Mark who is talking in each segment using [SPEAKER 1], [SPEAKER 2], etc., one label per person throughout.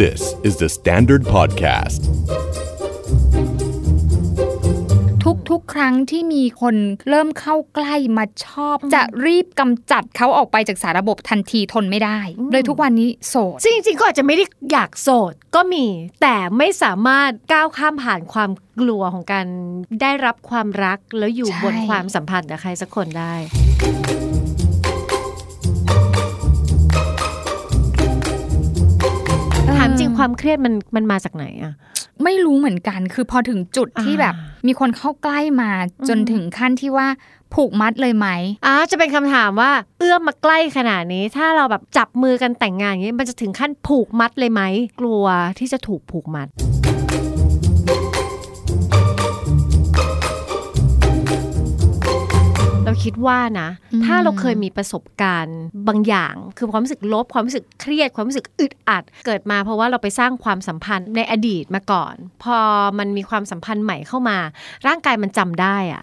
[SPEAKER 1] This is the Standard Podcast.
[SPEAKER 2] ทุกๆ ครั้งที่มีคนเริ่มเข้าใกล้มาชอบ จะรีบกำจัดเขาออกไปจากสาระบบทันทีทนไม่ได้ เลยทุกวันนี้โสด
[SPEAKER 3] จริงๆก็อาจจะไม่ได้อยากโสดก็มี แต่ไม่สามารถก้าวข้ามผ่านความกลัวของการได้รับความรักแล้วอยู่
[SPEAKER 2] ใช่
[SPEAKER 3] บนความสัมพันธ์กับใครสักคนได้ ถามจริงความเครียดมันมันมาจากไหนอะ
[SPEAKER 2] ไม่รู้เหมือนกัน คือพอถึงจุดที่
[SPEAKER 3] อ่า
[SPEAKER 2] แบบ มีคนเข้าใกล้มา
[SPEAKER 3] อืม
[SPEAKER 2] จนถึงขั้นที่ว่าผูกมัดเลยไหม
[SPEAKER 3] อ่าจะเป็นคำถามว่า เอื้อมมาใกล้ขนาดนี้ ถ้าเราแบบจับมือกันแต่งงานอย่างนี้มันจะถึงขั้นผูกมัดเลยไหมกลัวที่จะถูกผูกมัด เราคิดว่านะ
[SPEAKER 2] อืม
[SPEAKER 3] ถ้าเราเคยมีประสบการณ์บางอย่าง คือความรู้สึกลบความรู้สึกเครียด ความรู้สึกอึดอัด เกิดมาเพราะว่าเราไปสร้างความสัมพันธ์ในอดีตมาก่อน พอมันมีความสัมพันธ์ใหม่เข้ามา ร่างกายมันจำได้อะ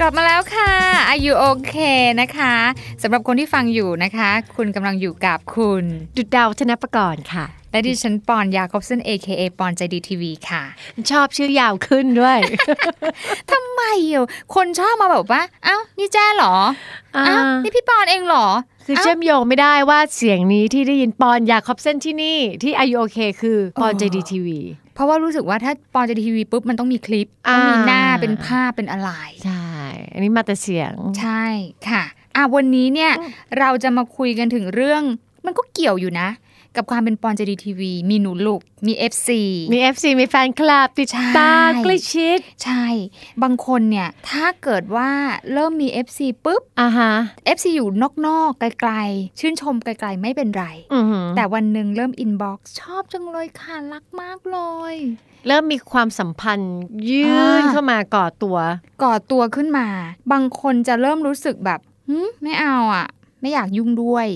[SPEAKER 2] กลับมาแล้วค่ะ Are you okay นะคะสำหรับคนที่ฟังอยู่นะคะ คุณกำลังอยู่กับคุณ
[SPEAKER 3] ดุดดาววัฒนประกรณ์ค่ะ
[SPEAKER 2] และดิฉันปอนยาคอบเซน AKA ปอนใจดีทีวีค่ะ
[SPEAKER 3] ชอบชื่อยาวขึ้นด้วย
[SPEAKER 2] ทำไมอ่ะคนชอบมาแบบว่า เอ้า นี่แจ้เหรอ
[SPEAKER 3] อ่า
[SPEAKER 2] เอ้า นี่พี่ปอนเองเหรอ
[SPEAKER 3] คือเชื่อมโยงไม่ได้ว่าเสียงนี้ที่ได้ยินปอนยาคอบเส้นที่นี่ ที่อายุโอเคคือปอนเจดีทีวี
[SPEAKER 2] เพราะว่ารู้สึกว่าถ้าปอนจะทีวีปุ๊บ มันต้องมีคลิป ต้องมี
[SPEAKER 3] อ่า
[SPEAKER 2] หน้าเป็นภาพเป็นอะไร
[SPEAKER 3] ใช่ อันนี้มาแต่เสียง
[SPEAKER 2] ใช่ค่ะอ่ะวันนี้เนี่ย เราจะมาคุยกันถึงเรื่อง มันก็เกี่ยวอยู่นะ กับความเป็นปอนเจดีทีวี มีหนูลูก มี FC
[SPEAKER 3] มี FC มีแฟนคลับติด
[SPEAKER 2] ใช่
[SPEAKER 3] ตาใกล้ชิด
[SPEAKER 2] ใช่ บางคนเนี่ย ถ้าเกิดว่าเริ่มมี FC ปุ๊บ
[SPEAKER 3] อ่าฮะ
[SPEAKER 2] FC อยู่นอกๆ ไกลๆ ชื่นชมไกลๆ ไม่เป็นไร
[SPEAKER 3] อือหือ
[SPEAKER 2] แต่วันหนึ่งเริ่มอินบ็อกซ์ชอบจังเลยค่ะ รักมากเลย
[SPEAKER 3] เริ่มมีความสัมพันธ์ยื่น
[SPEAKER 2] อ่า
[SPEAKER 3] เข้ามาก่อตัว
[SPEAKER 2] ก่อตัวขึ้นมา บางคนจะเริ่มรู้สึกแบบหืมไม่เอาอ่ะ ไม่อยากยุ่งด้วย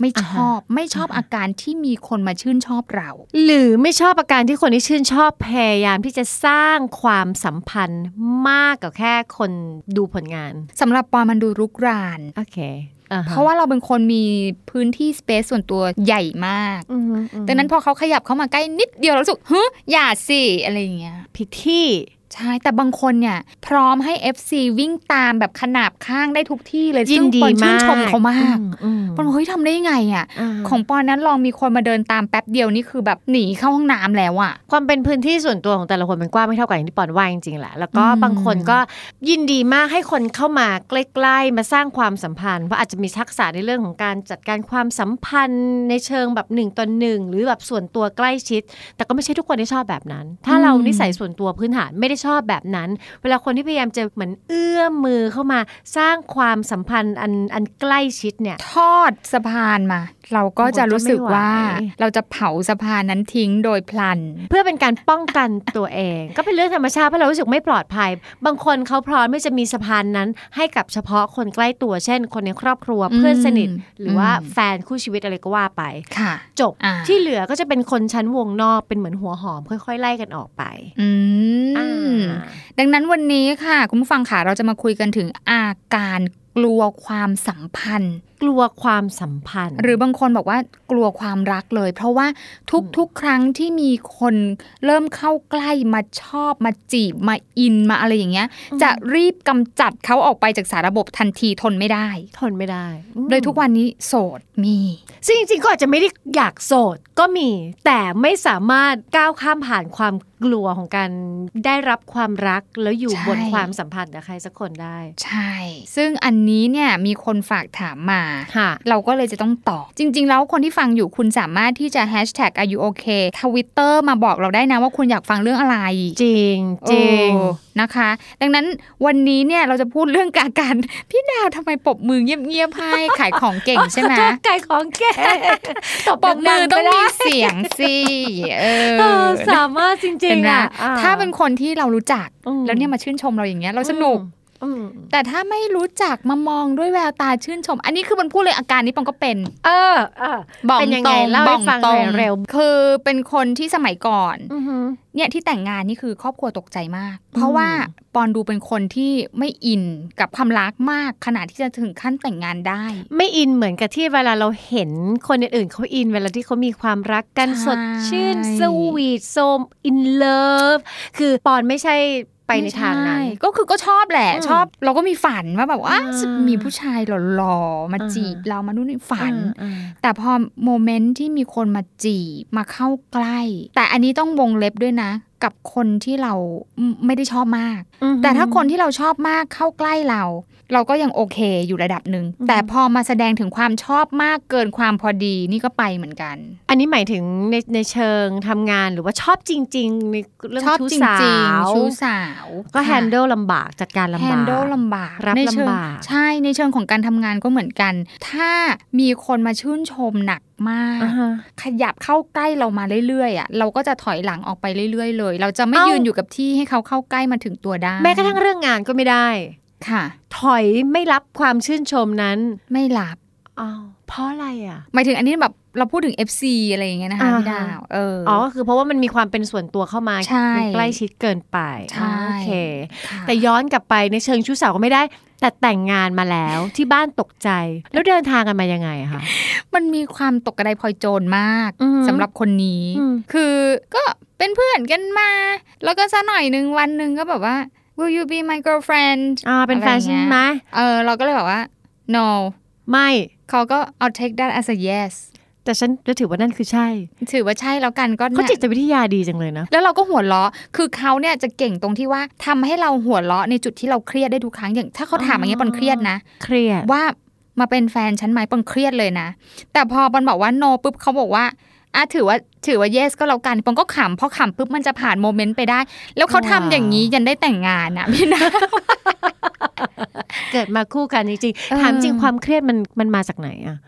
[SPEAKER 2] ไม่ชอบไม่ชอบอาการที่มีคนมาชื่นชอบเรา
[SPEAKER 3] หรือไม่ชอบอาการที่คนที่ชื่นชอบพยายามที่จะสร้างความสัมพันธ์มากกว่าแค่คนดูผลงาน
[SPEAKER 2] สำหรับปอนมันดูรุกราน
[SPEAKER 3] โอเคอ่ฮ
[SPEAKER 2] เพราะว่าเราเป็นคนมีพื้นที่สเปซส่วนตัวใหญ่มาก
[SPEAKER 3] อือฮึอือฮึ
[SPEAKER 2] ดังนั้นพอเขาขยับเข้ามาใกล้นิดเดียวเรารู้สึกฮึอย่าสิอะไรอย่างเงี้ย
[SPEAKER 3] ผิดที่
[SPEAKER 2] ใช่ แต่บางคนเนี่ย พร้อมให้ FC วิ่งตามแบบขนาบข้างได้ทุกที่เลย
[SPEAKER 3] ยินดี
[SPEAKER 2] ซึ่งปอนชื่
[SPEAKER 3] มาน
[SPEAKER 2] ช
[SPEAKER 3] ก
[SPEAKER 2] มเขามาก
[SPEAKER 3] อืม
[SPEAKER 2] ปอนบอกเฮ้ยทำได้ยังไงอ่ะ
[SPEAKER 3] อ่า
[SPEAKER 2] ของปอนนั้นลองมีคนมาเดินตามแป๊บเดียวนี่คือแบบหนีเข้าห้องน้ำแล้วอ่ะ
[SPEAKER 3] ความเป็นพื้นที่ส่วนตัวของแต่ละคนมันกว้างไม่เท่ากันอย่างที่ปอนว่าจริงๆแหละแล้วก็
[SPEAKER 2] อืม
[SPEAKER 3] บางคนก็ยินดีมากให้คนเข้ามาใกล้ๆมาสร้างความสัมพันธ์เพราะอาจจะมีทักษะในเรื่องของการจัดการความสัมพันธ์ในเชิงแบบหนึ่งต่อหนึ่งหรือแบบส่วนตัวใกล้ชิด แต่ก็ไม่ใช่ทุกคนที่ชอบแบบนั้น ถ้าเรานิสัยส่วนตัวพื้นฐานไม่ได้ชอบแบบนั้น เวลาคนที่พยายามจะเหมือนเอื้อมมือเข้ามาสร้างความสัมพันธ์อันอันใกล้ชิดเนี่ย
[SPEAKER 2] ทอดสะพานมา เราก็จะรู้สึกว่า
[SPEAKER 3] โอ้โหจะไม่ไหว
[SPEAKER 2] เราจะเผาสะพานนั้นทิ้งโดยพลัน
[SPEAKER 3] เพื่อเป็นการป้องกันตัวเอง ก็เป็นเรื่องธรรมชาติเพราะเรารู้สึกไม่ปลอดภัย บางคนเขาพร้อมที่จะมีสะพานนั้น ให้กับเฉพาะคนใกล้ตัวเช่น คนในครอบครัว
[SPEAKER 2] อืม
[SPEAKER 3] เพื่อนสนิท หรือว่า
[SPEAKER 2] อืม
[SPEAKER 3] แฟนคู่ชีวิตอะไรก็ว่าไป
[SPEAKER 2] ค่ะ
[SPEAKER 3] จบ
[SPEAKER 2] อ่า
[SPEAKER 3] ที่เหลือก็จะเป็นคนชั้นวงนอกเป็นเหมือนหัวหอม ค่อย ๆ ไล่กันออกไป
[SPEAKER 2] อื
[SPEAKER 3] อ่าม
[SPEAKER 2] ดังนั้นวันนี้ค่ะ คุณผู้ฟังค่ะเราจะมาคุยกันถึงอาการกลัวความสัมพันธ์
[SPEAKER 3] กลัวความสัมพันธ์
[SPEAKER 2] หรือบางคนบอกว่ากลัวความรักเลย เพราะว่าทุกๆ ครั้งที่มีคนเริ่มเข้าใกล้มาชอบมาจีบมาอินมาอะไรอย่างเงี้ย จะรีบกำจัดเขาออกไปจากสาระบบทันทีทนไม่ได้
[SPEAKER 3] ทนไม่ได้อืม
[SPEAKER 2] โดยทุกวันนี้โสดมี
[SPEAKER 3] ซึ่งจริงๆก็อาจจะไม่ได้อยากโสดก็มี แต่ไม่สามารถก้าวข้ามผ่านความกลัวของการได้รับความรักแล้วอยู่
[SPEAKER 2] ใช่
[SPEAKER 3] บนความสัมพันธ์กับใครสักคนได้
[SPEAKER 2] ใช่ ซึ่งอันนี้เนี่ยมีคนฝากถามมา
[SPEAKER 3] ค่ะ
[SPEAKER 2] เราก็เลยจะต้องตอบ จริง ๆ แล้วคนที่ฟังอยู่คุณสามารถที่จะ hashtag are you okay ทวิตเตอร์มาบอกเราได้นะว่าคุณอยากฟังเรื่องอะไร
[SPEAKER 3] จริงจริง
[SPEAKER 2] เออนะคะ ดังนั้นวันนี้เนี่ยเราจะพูดเรื่องการ กัน พี่ดาวทำไมปรบมือเงียบๆให้ขายของเก่งใช่ไหม
[SPEAKER 3] ไก่ของแกตบ
[SPEAKER 2] ปรบมือ
[SPEAKER 3] ดัๆ
[SPEAKER 2] ต้อง
[SPEAKER 3] ก็
[SPEAKER 2] มี
[SPEAKER 3] ได้
[SPEAKER 2] เสียงสิเออ
[SPEAKER 3] เออสามารถจริ
[SPEAKER 2] เห็
[SPEAKER 3] ง
[SPEAKER 2] นไหม
[SPEAKER 3] ๆอ่ะอ่
[SPEAKER 2] ถ้าเป็นคนที่เรารู้จัก
[SPEAKER 3] อื
[SPEAKER 2] แล้วเนี่ยมาชื่นชมเราอย่างเงี้ยเราสนุก
[SPEAKER 3] อืม
[SPEAKER 2] แต่ถ้าไม่รู้จักมามองด้วยแววตาชื่นชม อันนี้คือมันพูดเลยอาการนี้ปองก็เป็น
[SPEAKER 3] เออเออ
[SPEAKER 2] บอก
[SPEAKER 3] เป็นยัง
[SPEAKER 2] ต
[SPEAKER 3] ไง
[SPEAKER 2] รง
[SPEAKER 3] เล่าให้
[SPEAKER 2] บอก
[SPEAKER 3] ฟัง
[SPEAKER 2] ต
[SPEAKER 3] หน่
[SPEAKER 2] ร
[SPEAKER 3] อย
[SPEAKER 2] ง
[SPEAKER 3] เร็ว
[SPEAKER 2] คือเป็นคนที่สมัยก่อน
[SPEAKER 3] อือหือ
[SPEAKER 2] เนี่ยที่แต่งงานนี่คือครอบครัวตกใจมาก เพราะว่าปอนดูเป็นคนที่ไม่อินกับความรักมากขนาดที่จะถึงขั้นแต่งงานได้
[SPEAKER 3] ไม่อินเหมือนกับที่เวลาเราเห็นคนอื่นๆเขาอินเวลาที่เขามีความรักกัน
[SPEAKER 2] ใช่
[SPEAKER 3] สดชื่นสวีทโซมอินเลิฟคือปอนไม่ใช่ไปในทางนั้น
[SPEAKER 2] ไม่ใช่ก็คือก็ชอบแหละ
[SPEAKER 3] อืม
[SPEAKER 2] ชอบเราก็มีฝันว่าแบบว่า
[SPEAKER 3] อ่า
[SPEAKER 2] จะมีผู้ชายหล่อๆมา
[SPEAKER 3] อ่า
[SPEAKER 2] จีบเรามานู่นนี่ฝัน
[SPEAKER 3] อืม
[SPEAKER 2] แต่พอโมเมนต์ที่มีคนมาจีบมาเข้าใกล้ แต่อันนี้ต้องวงเล็บด้วยนะ กับคนที่เราไม่ได้ชอบมาก
[SPEAKER 3] อืม
[SPEAKER 2] แต่ถ้าคนที่เราชอบมากเข้าใกล้เรา เราก็ยังโอเคอยู่ระดับหนึ่ง
[SPEAKER 3] อืม
[SPEAKER 2] แต่พอมาแสดงถึงความชอบมากเกินความพอดีนี่ก็ไปเหมือนกัน
[SPEAKER 3] อันนี้หมายถึงในในเชิงทำงานหรือว่าชอบจริง ๆ ในเรื่อง
[SPEAKER 2] ชอบ
[SPEAKER 3] ชู้
[SPEAKER 2] จ
[SPEAKER 3] สา
[SPEAKER 2] ริง
[SPEAKER 3] ว
[SPEAKER 2] ๆชู้สาว
[SPEAKER 3] ก็
[SPEAKER 2] ค่ะ
[SPEAKER 3] แฮนเดิลลำบากจัดการลำบาก
[SPEAKER 2] แฮนดลลำบาก
[SPEAKER 3] รับ
[SPEAKER 2] ในเชิง
[SPEAKER 3] ลำบาก
[SPEAKER 2] ใช่ในเชิงของการทำงานก็เหมือนกัน ถ้ามีคนมาชื่นชมหนักมาก
[SPEAKER 3] อ่าฮะ
[SPEAKER 2] ขยับเข้าใกล้เรามาเรื่อยๆอ่ะเราก็จะถอยหลังออกไปเรื่อย ๆ เลย เราจะไม่
[SPEAKER 3] เอ้ายื
[SPEAKER 2] ยืนอยู่กับที่ให้เขาเข้าใกล้มาถึงตัวได้
[SPEAKER 3] แม้กระทั่งเรื่องงานก็ไม่ได้
[SPEAKER 2] ค่ะ
[SPEAKER 3] ถอยไม่รับความชื่นชมนั้น
[SPEAKER 2] ไม่หลับ
[SPEAKER 3] อ้าวเพราะอะไรอ่ะ
[SPEAKER 2] หมายถึงอันนี้แบบเราพูดถึง FC อะไรอย่างเงี้ยนะคะ
[SPEAKER 3] อ่าฮะ
[SPEAKER 2] พี่ดาวเออ
[SPEAKER 3] อ๋
[SPEAKER 2] อ
[SPEAKER 3] อคือเพราะว่ามันมีความเป็นส่วนตัวเข้ามา
[SPEAKER 2] ใช่
[SPEAKER 3] มันใกล้ชิดเกินไป
[SPEAKER 2] ใช่
[SPEAKER 3] อ่าโอเค
[SPEAKER 2] ค่ะ
[SPEAKER 3] แต่ย้อนกลับไปในเชิงชู้สาวก็ไม่ได้ แต่แต่งงานมาแล้ว ที่บ้านตกใจ แล้วเดินทางกันมายังไงอะคะ
[SPEAKER 2] มันมีความตกกระไดพลอยโจรมาก
[SPEAKER 3] อือหือ
[SPEAKER 2] สำหรับคนนี้
[SPEAKER 3] อืม
[SPEAKER 2] คือก็เป็นเพื่อนกันมา แล้วก็ซะหน่อยหนึ่งวันหนึ่งก็แบบว่า will you be my girlfriend
[SPEAKER 3] อ่าเป็นแฟนฉันไหม
[SPEAKER 2] เออเราก็เลยแบบว่า no
[SPEAKER 3] ไม่
[SPEAKER 2] เขาก็ I'll take that as a yes
[SPEAKER 3] แต่ฉันจะถือว่านั่นคือใช่
[SPEAKER 2] ถือว่าใช่แล้วกันก็
[SPEAKER 3] เขา
[SPEAKER 2] เนี่ย
[SPEAKER 3] จิตวิทยาดีจังเลยนะ
[SPEAKER 2] แล้วเราก็หัวเราะ คือเขาเนี่ยจะเก่งตรงที่ว่าทำให้เราหัวเราะในจุดที่เราเครียดได้ทุกครั้งอย่างถ้าเขาถามอย่างเงี้ยปอนเครียดนะ
[SPEAKER 3] เครียด
[SPEAKER 2] ว่ามาเป็นแฟนฉันไหมปอนเครียดเลยนะ แต่พอปอนบอกว่า no ปุ๊บเขาบอกว่าอ่ะถือว่าถือว่า yes ก็แล้วกันปอนก็ขำพอขำปุ๊บมันจะผ่านโมเมนต์ไปได้ แล้วเขาทำอย่างนี้ยันได้แต่งงาน นะพี่นะ
[SPEAKER 3] เกิดมาคู่กันจริง
[SPEAKER 2] เออ
[SPEAKER 3] ๆถามจริงความเครียดมันมันมาจากไหนอะ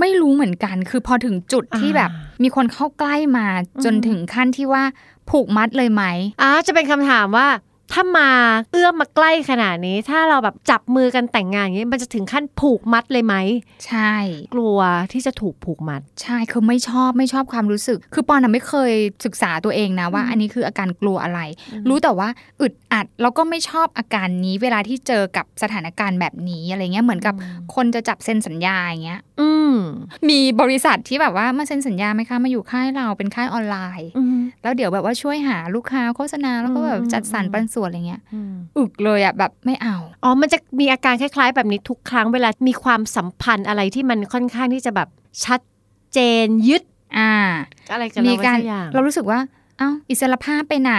[SPEAKER 2] ไม่รู้เหมือนกัน คือพอถึงจุดที่
[SPEAKER 3] อ่า
[SPEAKER 2] แบบมีคนเข้าใกล้มาจน
[SPEAKER 3] อืม
[SPEAKER 2] ถึงขั้นที่ว่าผูกมัดเลยไหม
[SPEAKER 3] อ่าจะเป็นคำถามว่า ถ้ามาเอื้อมมาใกล้ขนาดนี้ ถ้าเราแบบจับมือกันแต่งงานอย่างนี้มันจะถึงขั้นผูกมัดเลยไหม
[SPEAKER 2] ใช่
[SPEAKER 3] กลัวที่จะถูกผูกมัด
[SPEAKER 2] ใช่ คือไม่ชอบไม่ชอบความรู้สึก คือปอนอะไม่เคยศึกษาตัวเองนะว่า อันนี้คืออาการกลัวอะไร รู้แต่ว่าอึดอัดแล้วก็ไม่ชอบอาการนี้ เวลาที่เจอกับสถานการณ์แบบนี้อะไรเงี้ย เหมือนกับคนจะจับเซ็นสัญญาอย่างเงี้ย
[SPEAKER 3] อืม
[SPEAKER 2] มีบริษัทที่แบบว่ามาเซ็นสัญญาไหมคะ มาอยู่ค่ายเราเป็นค่ายออนไลน์
[SPEAKER 3] อืม
[SPEAKER 2] แล้วเดี๋ยวแบบว่าช่วยหาลูกค้าโฆษณาแล้วก็แบบ
[SPEAKER 3] อืม
[SPEAKER 2] จัดสรรปันส่วนอะไรเงี้ย
[SPEAKER 3] อืม
[SPEAKER 2] อึกเลยอะแบบไม่เอา
[SPEAKER 3] อ๋อมันจะมีอาการคล้าย ๆ แบบนี้ทุกครั้งเวลามีความสัมพันธ์อะไรที่มันค่อนข้างที่จะแบบชัดเจนยึด
[SPEAKER 2] อ่า
[SPEAKER 3] อะไรกันเรา
[SPEAKER 2] มี
[SPEAKER 3] ไว้
[SPEAKER 2] การ
[SPEAKER 3] สักอย่าง
[SPEAKER 2] เรารู้สึกว่า เอ้า อิสรภาพไปไหน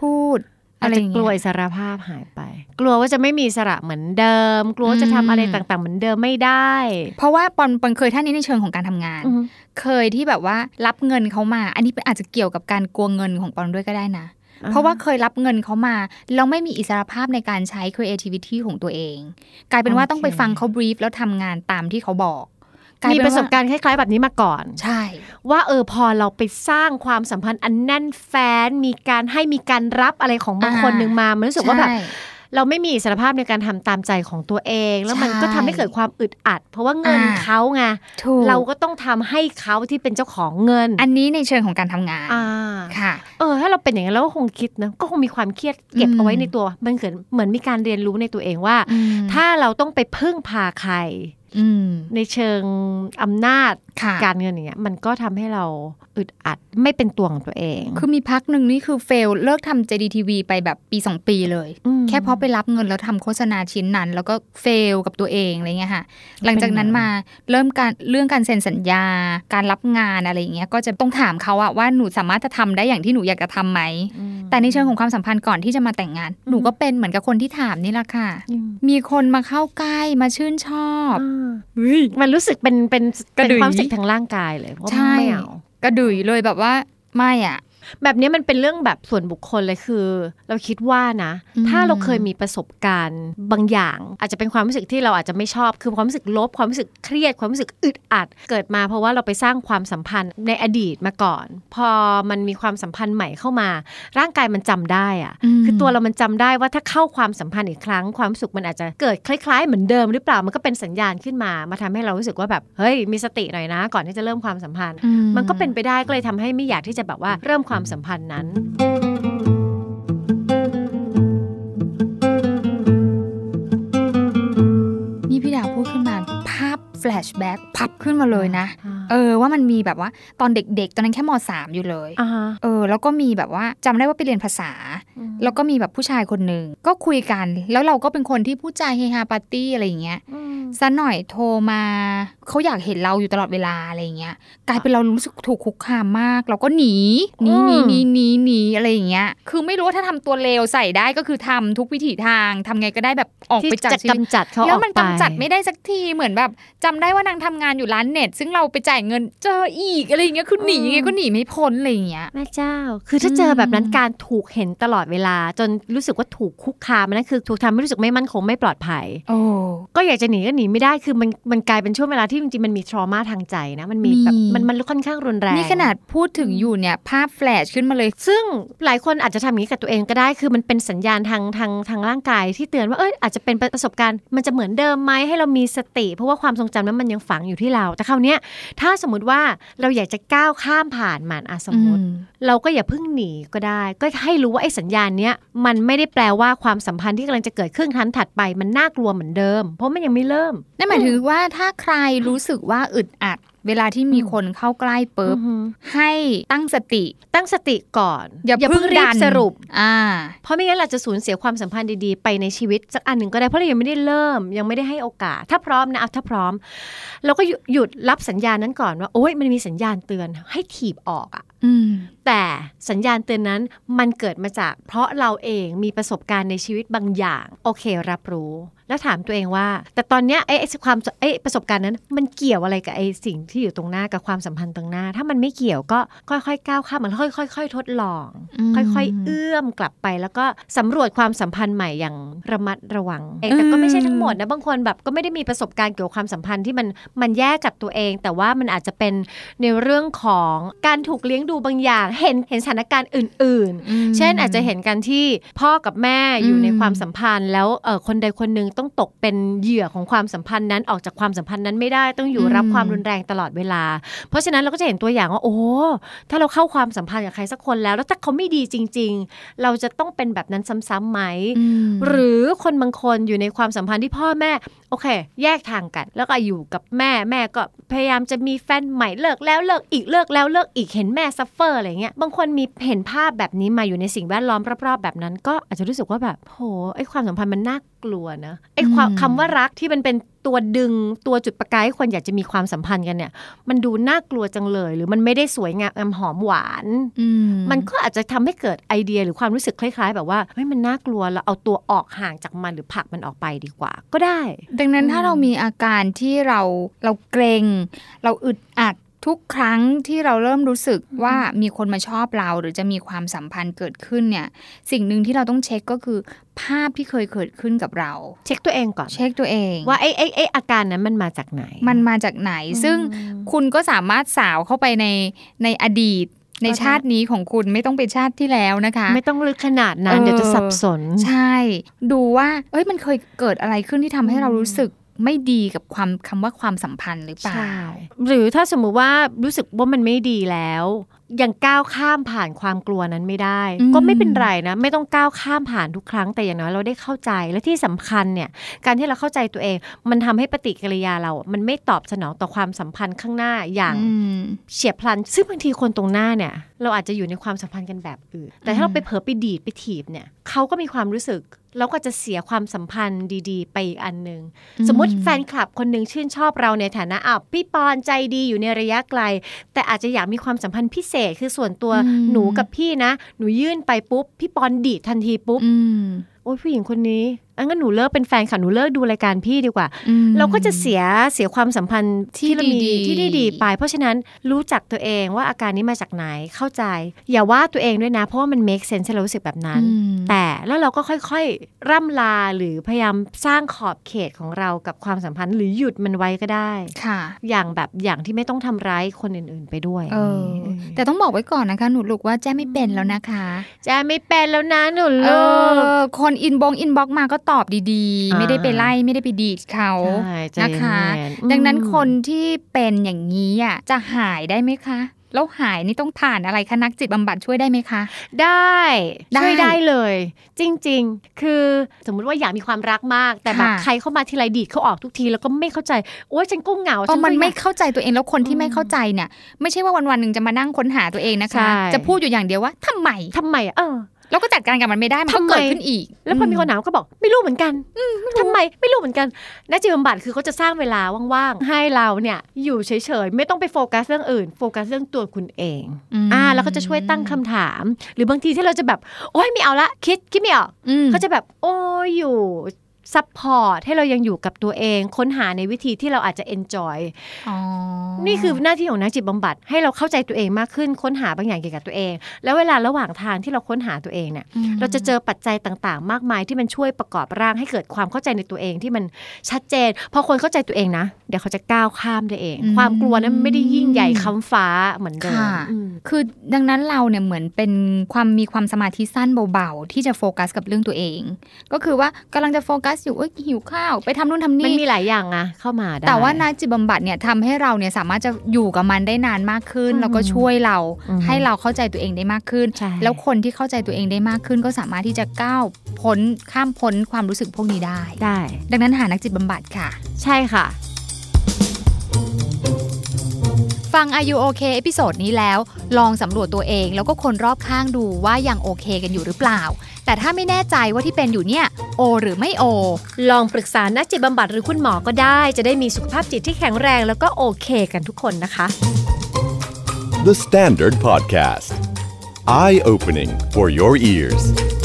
[SPEAKER 2] พูด
[SPEAKER 3] อา
[SPEAKER 2] อะ
[SPEAKER 3] จ
[SPEAKER 2] ไรอ
[SPEAKER 3] จะ
[SPEAKER 2] ย่าง
[SPEAKER 3] กลัว
[SPEAKER 2] เงี้ย
[SPEAKER 3] อิสรภาพหายไป กลัวว่าจะไม่มีอิสระเหมือนเดิม กลัวว่าจะทำอะไร
[SPEAKER 2] อืม
[SPEAKER 3] ต่างๆ เหมือนเดิมไม่ได้
[SPEAKER 2] เพราะว่าปอนปอนเคยท่านนี้ในเชิงของการทำงาน
[SPEAKER 3] อืม
[SPEAKER 2] เคยที่แบบว่ารับเงินเขามา อันนี้เป็นอาจจะเกี่ยวกับการกลัวเงินของปอนด้วยก็ได้นะ เพราะว่าเคยรับเงินเขามาแล้วไม่มีอิสรภาพในการใช้ creativity ของตัวเอง กลายเป็นว่าต้องไปฟังเขา brief แล้วทำงานตามที่เขาบอกกลาย
[SPEAKER 3] มี
[SPEAKER 2] เน
[SPEAKER 3] ประสบ
[SPEAKER 2] ว่
[SPEAKER 3] การณ์คล้าย ๆ แบบนี้มาก่อน
[SPEAKER 2] ใช่
[SPEAKER 3] ว่าเออพอเราไปสร้างความสัมพันธ์อันแน่นแฟนมีการให้มีการรับอะไรของบางคน
[SPEAKER 2] อ่า
[SPEAKER 3] หนึ่งมามันรู้สึกว่าแบบ
[SPEAKER 2] ใช่
[SPEAKER 3] เราไม่มีอิสรภาพในการทำตามใจของตัวเอง แล้วมัน
[SPEAKER 2] ใช่
[SPEAKER 3] ก็ทำให้เกิดความอึดอัด เพราะว่าเงิน
[SPEAKER 2] อ่า
[SPEAKER 3] เขาไง
[SPEAKER 2] ถูก
[SPEAKER 3] เราก็ต้องทำให้เขาที่เป็นเจ้าของเงิน
[SPEAKER 2] อันนี้ในเชิงของการทำงาน
[SPEAKER 3] อ่า
[SPEAKER 2] ค่ะ
[SPEAKER 3] เออ ถ้าเราเป็นอย่างนั้นเราก็คงคิดนะก็คงมีความเครียดเก็บเอาไว้
[SPEAKER 2] อืม
[SPEAKER 3] ในตัวมันเกิดเหมือนมีการเรียนรู้ในตัวเองว่า
[SPEAKER 2] อืม
[SPEAKER 3] ถ้าเราต้องไปพึ่งพาใคร
[SPEAKER 2] อืม
[SPEAKER 3] ในเชิงอำนาจ
[SPEAKER 2] ค่ะ
[SPEAKER 3] การเงินอย่างเงี้ยมันก็ทำให้เราอึดอัดไม่เป็นตัวของตัวเอง
[SPEAKER 2] คือมีพักหนึ่งนี่คือเฟลเลิกทำ JDTV ไปแบบปี 2 ปีเลย
[SPEAKER 3] ม
[SPEAKER 2] แค่เพราะไปรับเงินแล้วทำโฆษณาชิ้นนั้น แล้วก็เฟลกับตัวเองอะไรเงี้ยค่ะ หลังจากนั้นมาเริ่มการเรื่องการเซ็นสัญญา การรับงานอะไรอย่างเงี้ยก็จะต้องถามเขาอะว่าหนูสามารถจะทำได้อย่างที่หนูอยากจะทำไหม
[SPEAKER 3] อืม
[SPEAKER 2] แต่ในเชิงของความสัมพันธ์ก่อนที่จะมาแต่งงาน หนูก็เป็นเหมือนกับคนที่ถามนี่แหละค่ะ
[SPEAKER 3] อืม
[SPEAKER 2] มีคนมาเข้าใกล้มาชื่นชอบ
[SPEAKER 3] อ่า
[SPEAKER 2] เฮ้ย
[SPEAKER 3] มันรู้สึกเป็นเป็น
[SPEAKER 2] กระ
[SPEAKER 3] เป็น
[SPEAKER 2] ดุย
[SPEAKER 3] ความรู้สึกทางร่างกายเลยว่า
[SPEAKER 2] ใช่
[SPEAKER 3] ไม่เอา
[SPEAKER 2] กระดุยเลยแบบว่าไม่อะ
[SPEAKER 3] แบบเนี้ยมันเป็นเรื่องแบบส่วนบุคคลเลยคือ เราคิดว่านะ
[SPEAKER 2] อืม
[SPEAKER 3] ถ้าเราเคยมีประสบการณ์บางอย่าง อาจจะเป็นความรู้สึกที่เราอาจจะไม่ชอบ คือความรู้สึกลบความรู้สึกเครียดความรู้สึกอึดอัด เกิดมาเพราะว่าเราไปสร้างความสัมพันธ์ในอดีตมาก่อน พอมันมีความสัมพันธ์ใหม่เข้ามา ร่างกายมันจำได้อะ
[SPEAKER 2] ม
[SPEAKER 3] คือตัวเรามันจำได้ว่าถ้าเข้าความสัมพันธ์อีกครั้ง ความสุขมันอาจจะเกิดคล้าย ๆ เหมือนเดิมหรือเปล่ามันก็เป็นสัญญาณขึ้นมา มาทำให้เรารู้สึกว่าแบบเฮ้ยมีสติหน่อยนะ ก่อนที่จะเริ่มความสัมพันธ์
[SPEAKER 2] อื
[SPEAKER 3] มันก็เป็นไปได้ก็เลยทำให้ไม่อยากที่จะแบบว่าเริ่มความสัมพันธ์นั้น
[SPEAKER 2] นี่พี่ดาวพูดขึ้นมาภาพแฟลชแบ็กพับขึ้นมาเลยนะ เออว่ามันมีแบบว่าตอนเด็กๆ ตอนนั้นแค่มสามอยู่เลย
[SPEAKER 3] อ่าฮะ
[SPEAKER 2] เออ แล้วก็มีแบบว่าจำได้ว่าไปเรียนภาษา แล้วก็มีแบบผู้ชายคนหนึ่งก็คุยกัน แล้วเราก็เป็นคนที่พูดจาเฮฮาปาร์ตี้อะไรอย่างเงี้ย
[SPEAKER 3] อืม
[SPEAKER 2] ซะหน่อยโทรมาเขาอยากเห็นเราอยู่ตลอดเวลาอะไรอย่างเงี้ยกลายเป็นเรารู้สึกถูกคุกคามมาก เราก็หนีหนีหนีหนีหนีหนีอะไรอย่างเงี้ยคือไม่รู้ว่าถ้าทำตัวเลวใส่ได้ก็คือทำทุกวิถีทางทำไงก็ได้แบบออก
[SPEAKER 3] ที่
[SPEAKER 2] ไปจาก
[SPEAKER 3] จะ
[SPEAKER 2] ชีวิต
[SPEAKER 3] กำจัดเขาออกไป
[SPEAKER 2] แล้วมันกำจัดไม่ได้สักทีเหมือนแบบจำได้ว่านางทำงานอยู่ร้านเน็ต ซึ่งเราไปจ่ายเงินเจออีกอะไรอย่างเงี้ยคือหนียังไงก็หนีไม่พ้นอะไรอย่างเงี้ย
[SPEAKER 3] แม่เจ้า คือถ้าเจออ
[SPEAKER 2] ม
[SPEAKER 3] แบบนั้นการถูกเห็นตลอดเวลา จนรู้สึกว่าถูกคุกคามอันนั่นคือถูกทำให้รู้สึกไม่มั่นคงไม่ปลอดภัย
[SPEAKER 2] โอ้
[SPEAKER 3] ก็อยากจะหนีก็หนีไม่ได้คือมันมันกลายเป็นช่วงเวลาที่จริงๆมันมีทรมาทางใจนะมันมีแบบ
[SPEAKER 2] มี
[SPEAKER 3] มันมันค่อนข้างรุนแรง
[SPEAKER 2] นี่ขนาดพูดถึงอยู่เนี่ย ภาพแฟลชขึ้นมาเลย
[SPEAKER 3] ซึ่งหลายคนอาจจะทำอย่างนี้กับตัวเองก็ได้ คือมันเป็นสัญญาณทางทางทางร่างกายที่เตือนว่าเอ้ยอาจจะเป็นประสบการณ์มันจะเหมือนเดิมไหมให้เรามีสติ เพราะว่าความทรงจำนั้นมันยังฝังอยู่ที่เรา แต่คราวเนี้ยถ้าสมมติว่าเราอยากจะก้าวข้ามผ่านมันอะสมมติ เราก็อย่าเพิ่งหนีก็ได้ ก็ให้รู้ว่าไอ้สัญญาณเนี้ยมันไม่ได้แปลว่าความสัมพันธ์ที่กำลังจะเกิดขึ้นครั้งถัดไปมันน่ากลัวเหมือนเดิม เพราะมันยังไม่เริ่ม
[SPEAKER 2] นั่นหมายถึงว่าถ้าใครรู้สึกว่าอึดอัด เวลาที่มีคนเข้าใกล้ปุ๊บให้ตั้งสติ
[SPEAKER 3] ตั้งสติก่อนรี
[SPEAKER 2] ดั
[SPEAKER 3] บ
[SPEAKER 2] น
[SPEAKER 3] สรุป
[SPEAKER 2] อ่า
[SPEAKER 3] เพราะไม่งั้นเราจะสูญเสียความสัมพันธ์ดีๆ ไปในชีวิตสักอันหนึ่งก็ได้เพราะเรายังไม่ได้เริ่ม ยังไม่ได้ให้โอกาส ถ้าพร้อมนะอ่ะถ้าพร้อม เราก็หยุดหยุดรับสัญญาณนั้นก่อนว่าโอ้ยมันมีสัญญาณเตือนให้ถีบออกอะ
[SPEAKER 2] อืม
[SPEAKER 3] แต่สัญญาณเตือนนั้นมันเกิดมาจาก เพราะเราเองมีประสบการณ์ในชีวิตบางอย่าง โอเค รับรู้ แล้วถามตัวเองว่า แต่ตอนเนี้ยไอ้ไอ้ความไอ้ประสบการณ์นั้น มันเกี่ยวอะไรกับไอ้สิ่งที่อยู่ตรงหน้ากับความสัมพันธ์ตรงหน้า ถ้ามันไม่เกี่ยวก็ค่อยๆก้าวข้ามมันค่อยๆค่อยๆทดลอง ค่อย ๆ เอื้อมกลับไปแล้วก็สำรวจความสัมพันธ์ใหม่อย่างระมัดระวังเอ้ยแต่ก็
[SPEAKER 2] อืม
[SPEAKER 3] ไม่ใช่ทั้งหมดนะบางคนแบบก็ไม่ได้มีประสบการณ์เกี่ยวกับความสัมพันธ์ที่มันมันแย่กับตัวเอง แต่ว่ามันอาจจะเป็นในเรื่องของการถูกเลี้ยงดูบางอย่าง เห็นเห็นสถานการณ์อื่น
[SPEAKER 2] อืม
[SPEAKER 3] ๆ เช่นอาจจะเห็นกันที่พ่อกับแม่อยู่
[SPEAKER 2] อืม
[SPEAKER 3] ในความสัมพันธ์แล้วเอ่อคนใดคนหนึ่งต้องตกเป็นเหยื่อของความสัมพันธ์นั้นออกจากความสัมพันธ์นั้นไม่ได้ต้องอยู่รับความรุนแรงตลอดเวลา เพราะฉะนั้นเราก็จะเห็นตัวอย่างว่าโอ้ ถ้าเราเข้าความสัมพันธ์กับใครสักคนแล้ว แล้วถ้าเขาไม่ดีจริง ๆ เราจะต้องเป็นแบบนั้นซ้ำๆไหม
[SPEAKER 2] อืม
[SPEAKER 3] หรือคนบางคนอยู่ในความสัมพันธ์ที่พ่อแม่ โอเค แยกทางกัน แล้วก็อยู่กับแม่แม่ก็พยายามจะมีแฟนใหม่เลิกแล้วเลิกอีกเลิกแล้วเลิกอีกเห็นแม่ซัฟเฟอร์อะไรเงี้ยบางคนมีเห็นภาพแบบนี้มาอยู่ในสิ่งแวดล้อมรอบๆแบบนั้น ก็อาจจะรู้สึกว่าแบบโหไอความสัมพันธ์มันน่ากลัวนะไอความ
[SPEAKER 2] อืม
[SPEAKER 3] คำว่ารักที่มันเป็นตัวดึงตัวจุดประกายให้คนอยากจะมีความสัมพันธ์กันเนี่ย มันดูน่ากลัวจังเลย หรือมันไม่ได้สวยงามหอมหวาน
[SPEAKER 2] อืม
[SPEAKER 3] มันก็อาจจะทำให้เกิดไอเดียหรือความรู้สึกคล้าย ๆ แบบว่าเฮ้ยมันน่ากลัวเราเอาตัวออกห่างจากมันหรือผลักมันออกไปดีกว่า ก็ได้
[SPEAKER 2] ดังนั้นถ้าเรามีอาการที่เราเราเกรงเราอึดอัดทุกครั้งที่เราเริ่มรู้สึกว่ามีคนมาชอบเรา หรือจะมีความสัมพันธ์เกิดขึ้นเนี่ยสิ่งหนึ่งที่เราต้องเช็คก็คือ ภาพที่เคยเกิดขึ้นกับเรา
[SPEAKER 3] เช็คตัวเองก่อน
[SPEAKER 2] เช็คตัวเอง
[SPEAKER 3] ว่าไอ้ไอ้ไอ้อาการนั้นมันมาจากไหน
[SPEAKER 2] มันมาจากไหน ซึ่ง
[SPEAKER 3] อืม
[SPEAKER 2] คุณก็สามารถสาวเข้าไปในในอดีต ใน
[SPEAKER 3] ก็ได้
[SPEAKER 2] ชาตินี้ของคุณไม่ต้องเป็นชาติที่แล้วนะคะ
[SPEAKER 3] ไม่ต้องลึกขนาดนั้น
[SPEAKER 2] เออ
[SPEAKER 3] เดี๋ยวจะสับสน
[SPEAKER 2] ใช่ ดูว่าเอ้ยมันเคยเกิดอะไรขึ้นที่ทำให้เรารู้สึกไม่ดีกับความคำว่าความสัมพันธ์หรือเปล่า
[SPEAKER 3] หรือถ้าสมมุติว่ารู้สึกว่ามันไม่ดีแล้ว ยังก้าวข้ามผ่านความกลัวนั้นไม่ได้
[SPEAKER 2] อืม
[SPEAKER 3] ก็ไม่เป็นไรนะ ไม่ต้องก้าวข้ามผ่านทุกครั้งแต่อย่างน้อยเราได้เข้าใจและที่สำคัญเนี่ย การที่เราเข้าใจตัวเอง มันทำให้ปฏิกิริยาเรา มันไม่ตอบสนองต่อความสัมพันธ์ข้างหน้าอย่าง
[SPEAKER 2] อืม
[SPEAKER 3] เฉียบพลัน ซึ่งบางทีคนตรงหน้าเนี่ย เราอาจจะอยู่ในความสัมพันธ์กันแบบอื่น แต่ถ้าเราไปเผลอไปดีดไปถีบเนี่ยเขาก็มีความรู้สึก แล้วก็จะเสียความสัมพันธ์ดีๆ ไปอีกอันหนึ่งสมมติแฟนคลับคนหนึ่งชื่นชอบเราในฐานะอ่ะพี่ปอนใจดีอยู่ในระยะไกล แต่อาจจะอยากมีความสัมพันธ์พิเศษคือส่วนตัว
[SPEAKER 2] อืม
[SPEAKER 3] หนูกับพี่นะ หนูยื่นไปปุ๊บพี่ปอนดีดทันทีปุ๊บ
[SPEAKER 2] อืม
[SPEAKER 3] โอ้ยผู้หญิงคนนี้อันงั้นหนูเลิกเป็นแฟนค่ะหนูเลิกดูรายการพี่ดีกว่า
[SPEAKER 2] อืม
[SPEAKER 3] เราก็จะเสียเสียความสัมพันธ์
[SPEAKER 2] ที่
[SPEAKER 3] เรามี
[SPEAKER 2] ดีๆ
[SPEAKER 3] ที่ดีๆไป เพราะฉะนั้นรู้จักตัวเองว่าอาการนี้มาจากไหนเข้าใจ อย่าว่าตัวเองด้วยนะ เพราะว่ามัน make sense ให้เรารู้สึกแบบนั้น
[SPEAKER 2] อืม
[SPEAKER 3] แต่แล้วเราก็ค่อยๆ ร่ำลาหรือพยายามสร้างขอบเขตของเรากับความสัมพันธ์หรือหยุดมันไว้ก็ได้
[SPEAKER 2] ค่ะ
[SPEAKER 3] อย่างแบบอย่างที่ไม่ต้องทำร้ายคนอื่นๆไปด้วย
[SPEAKER 2] เออ
[SPEAKER 3] เออ
[SPEAKER 2] แต่ต้องบอกไว้ก่อนนะคะ หนูลูกว่าแจ้ไม่เป็นแล้วนะคะ
[SPEAKER 3] จะไม่เป็นแล้วนะหนู
[SPEAKER 2] เอ
[SPEAKER 3] เลิก
[SPEAKER 2] อคนอินบงอินบ็อกมาก็ตอบดีๆ
[SPEAKER 3] อ่า
[SPEAKER 2] ไม่ได้ไปไล่ไม่ได้ไปดีดเขา
[SPEAKER 3] ใช่ใจ
[SPEAKER 2] นะคะ
[SPEAKER 3] เย็ๆ
[SPEAKER 2] ดังนั้น
[SPEAKER 3] อืม
[SPEAKER 2] คนที่เป็นอย่างนี้อ่ะจะหายได้ไหมคะ แล้วหายนี่ต้องผ่านอะไรคะนักจิตบำบัดช่วยได้ไหมคะ
[SPEAKER 3] ได้
[SPEAKER 2] ได้
[SPEAKER 3] ช่วยได้เลย จริง ๆ คือสมมุติว่าอยากมีความรักมาก แต่แบบ
[SPEAKER 2] ค่ะ
[SPEAKER 3] ใครเข้ามาทีไรดีดเขาออกทุกทีแล้วก็ไม่เข้าใจ โอ้ยฉันก็เหงา
[SPEAKER 2] เออ
[SPEAKER 3] ฉัก็
[SPEAKER 2] มันไม่
[SPEAKER 3] อยาก
[SPEAKER 2] เข้าใจตัวเองแล้วคนที่ไม่เข้าใจเนี่ย ไม่ใช่ว่าวันวันๆหนึ่งจะมานั่งค้นหาตัวเองนะคะ
[SPEAKER 3] ใช่
[SPEAKER 2] จะพูดอยู่อย่างเดียวว่าทำไม
[SPEAKER 3] ทำไมอะเออ
[SPEAKER 2] แล้วก็จัดการกับมันไม่ได้มันก็
[SPEAKER 3] ทำไม
[SPEAKER 2] เกิดขึ้นอีก
[SPEAKER 3] แล้วพอมีคน
[SPEAKER 2] ม
[SPEAKER 3] หนาวก็บอกไม่รู้เหมือนกันทำไมไม่รู้เหมือนกันนักจิตบำบัดคือเขาจะสร้างเวลาว่างๆให้เราเนี่ยอยู่เฉยๆไม่ต้องไปโฟกัสเรื่องอื่น โฟกัสเรื่องตัวคุณเอง
[SPEAKER 2] อืม
[SPEAKER 3] แล้วก็จะช่วยตั้งคำถาม หรือบางทีที่เราจะแบบโอ้ยไม่เอาละคิดคิดไม่ออก
[SPEAKER 2] อืม
[SPEAKER 3] เขาจะแบบโอ้ยอยู่ซัพพอร์ตให้เรายังอยู่กับตัวเอง ค้นหาในวิธีที่เราอาจจะ enjoy
[SPEAKER 2] อ๋อ
[SPEAKER 3] นี่คือหน้าที่ของนักจิตบำบัดให้เราเข้าใจตัวเองมากขึ้นค้นหาบางอย่างเกี่ยวกับตัวเอง แล้วเวลาระหว่างทางที่เราค้นหาตัวเองเนี่ย
[SPEAKER 2] อืม
[SPEAKER 3] เราจะเจอปัจจัยต่างๆ มากมายที่มันช่วยประกอบร่างให้เกิดความเข้าใจในตัวเองที่มันชัดเจนพอคนเข้าใจตัวเองนะ เดี๋ยวเขาจะก้าวข้ามได้เอง ความกลัวนั้นไม่ได้ยิ่งใหญ่ค้ำฟ้าเหมือนเดิม
[SPEAKER 2] ค่ะ
[SPEAKER 3] อืม
[SPEAKER 2] คือดังนั้นเราเนี่ยเหมือนเป็นความมีความสมาธิสั้นเบาๆ ที่จะโฟกัสกับเรื่องตัวเอง ก็คือว่ากำลังจะโฟกัสอยู่เอ้ยหิวข้าว ไปทำนู่นทำ
[SPEAKER 3] มัน
[SPEAKER 2] นี่
[SPEAKER 3] มีหลายอย่างอะเข้ามาได้
[SPEAKER 2] แต่ว่านักจิตบำบัดเนี่ยทำให้เราเนี่ยสามารถจะอยู่กับมันได้นานมากขึ้น
[SPEAKER 3] อืม
[SPEAKER 2] แล้วก็ช่วยเรา
[SPEAKER 3] อืม
[SPEAKER 2] ให้เราเข้าใจตัวเองได้มากขึ้น
[SPEAKER 3] ใช่
[SPEAKER 2] แล้วคนที่เข้าใจตัวเองได้มากขึ้น ก็สามารถที่จะก้าวพ้นข้ามพ้นความรู้สึกพวกนี้ได้
[SPEAKER 3] ได้
[SPEAKER 2] ดังนั้นหานักจิตบำบัดค่ะ
[SPEAKER 3] ใช่ค่ะ
[SPEAKER 2] ฟัง Are You OK เอพิโซดนี้แล้ว ลองสำรวจตัวเองแล้วก็คนรอบข้างดูว่ายังโอเคกันอยู่หรือเปล่า แต่ถ้าไม่แน่ใจว่าที่เป็นอยู่เนี่ย โอ หรือไม่โอ
[SPEAKER 3] ลองปรึกษานักจิตบำบัดหรือคุณหมอก็ได้ จะได้มีสุขภาพจิตที่แข็งแรงแล้วก็โอเคกันทุกคนนะคะ
[SPEAKER 1] The Standard Podcast. Eye opening for your ears.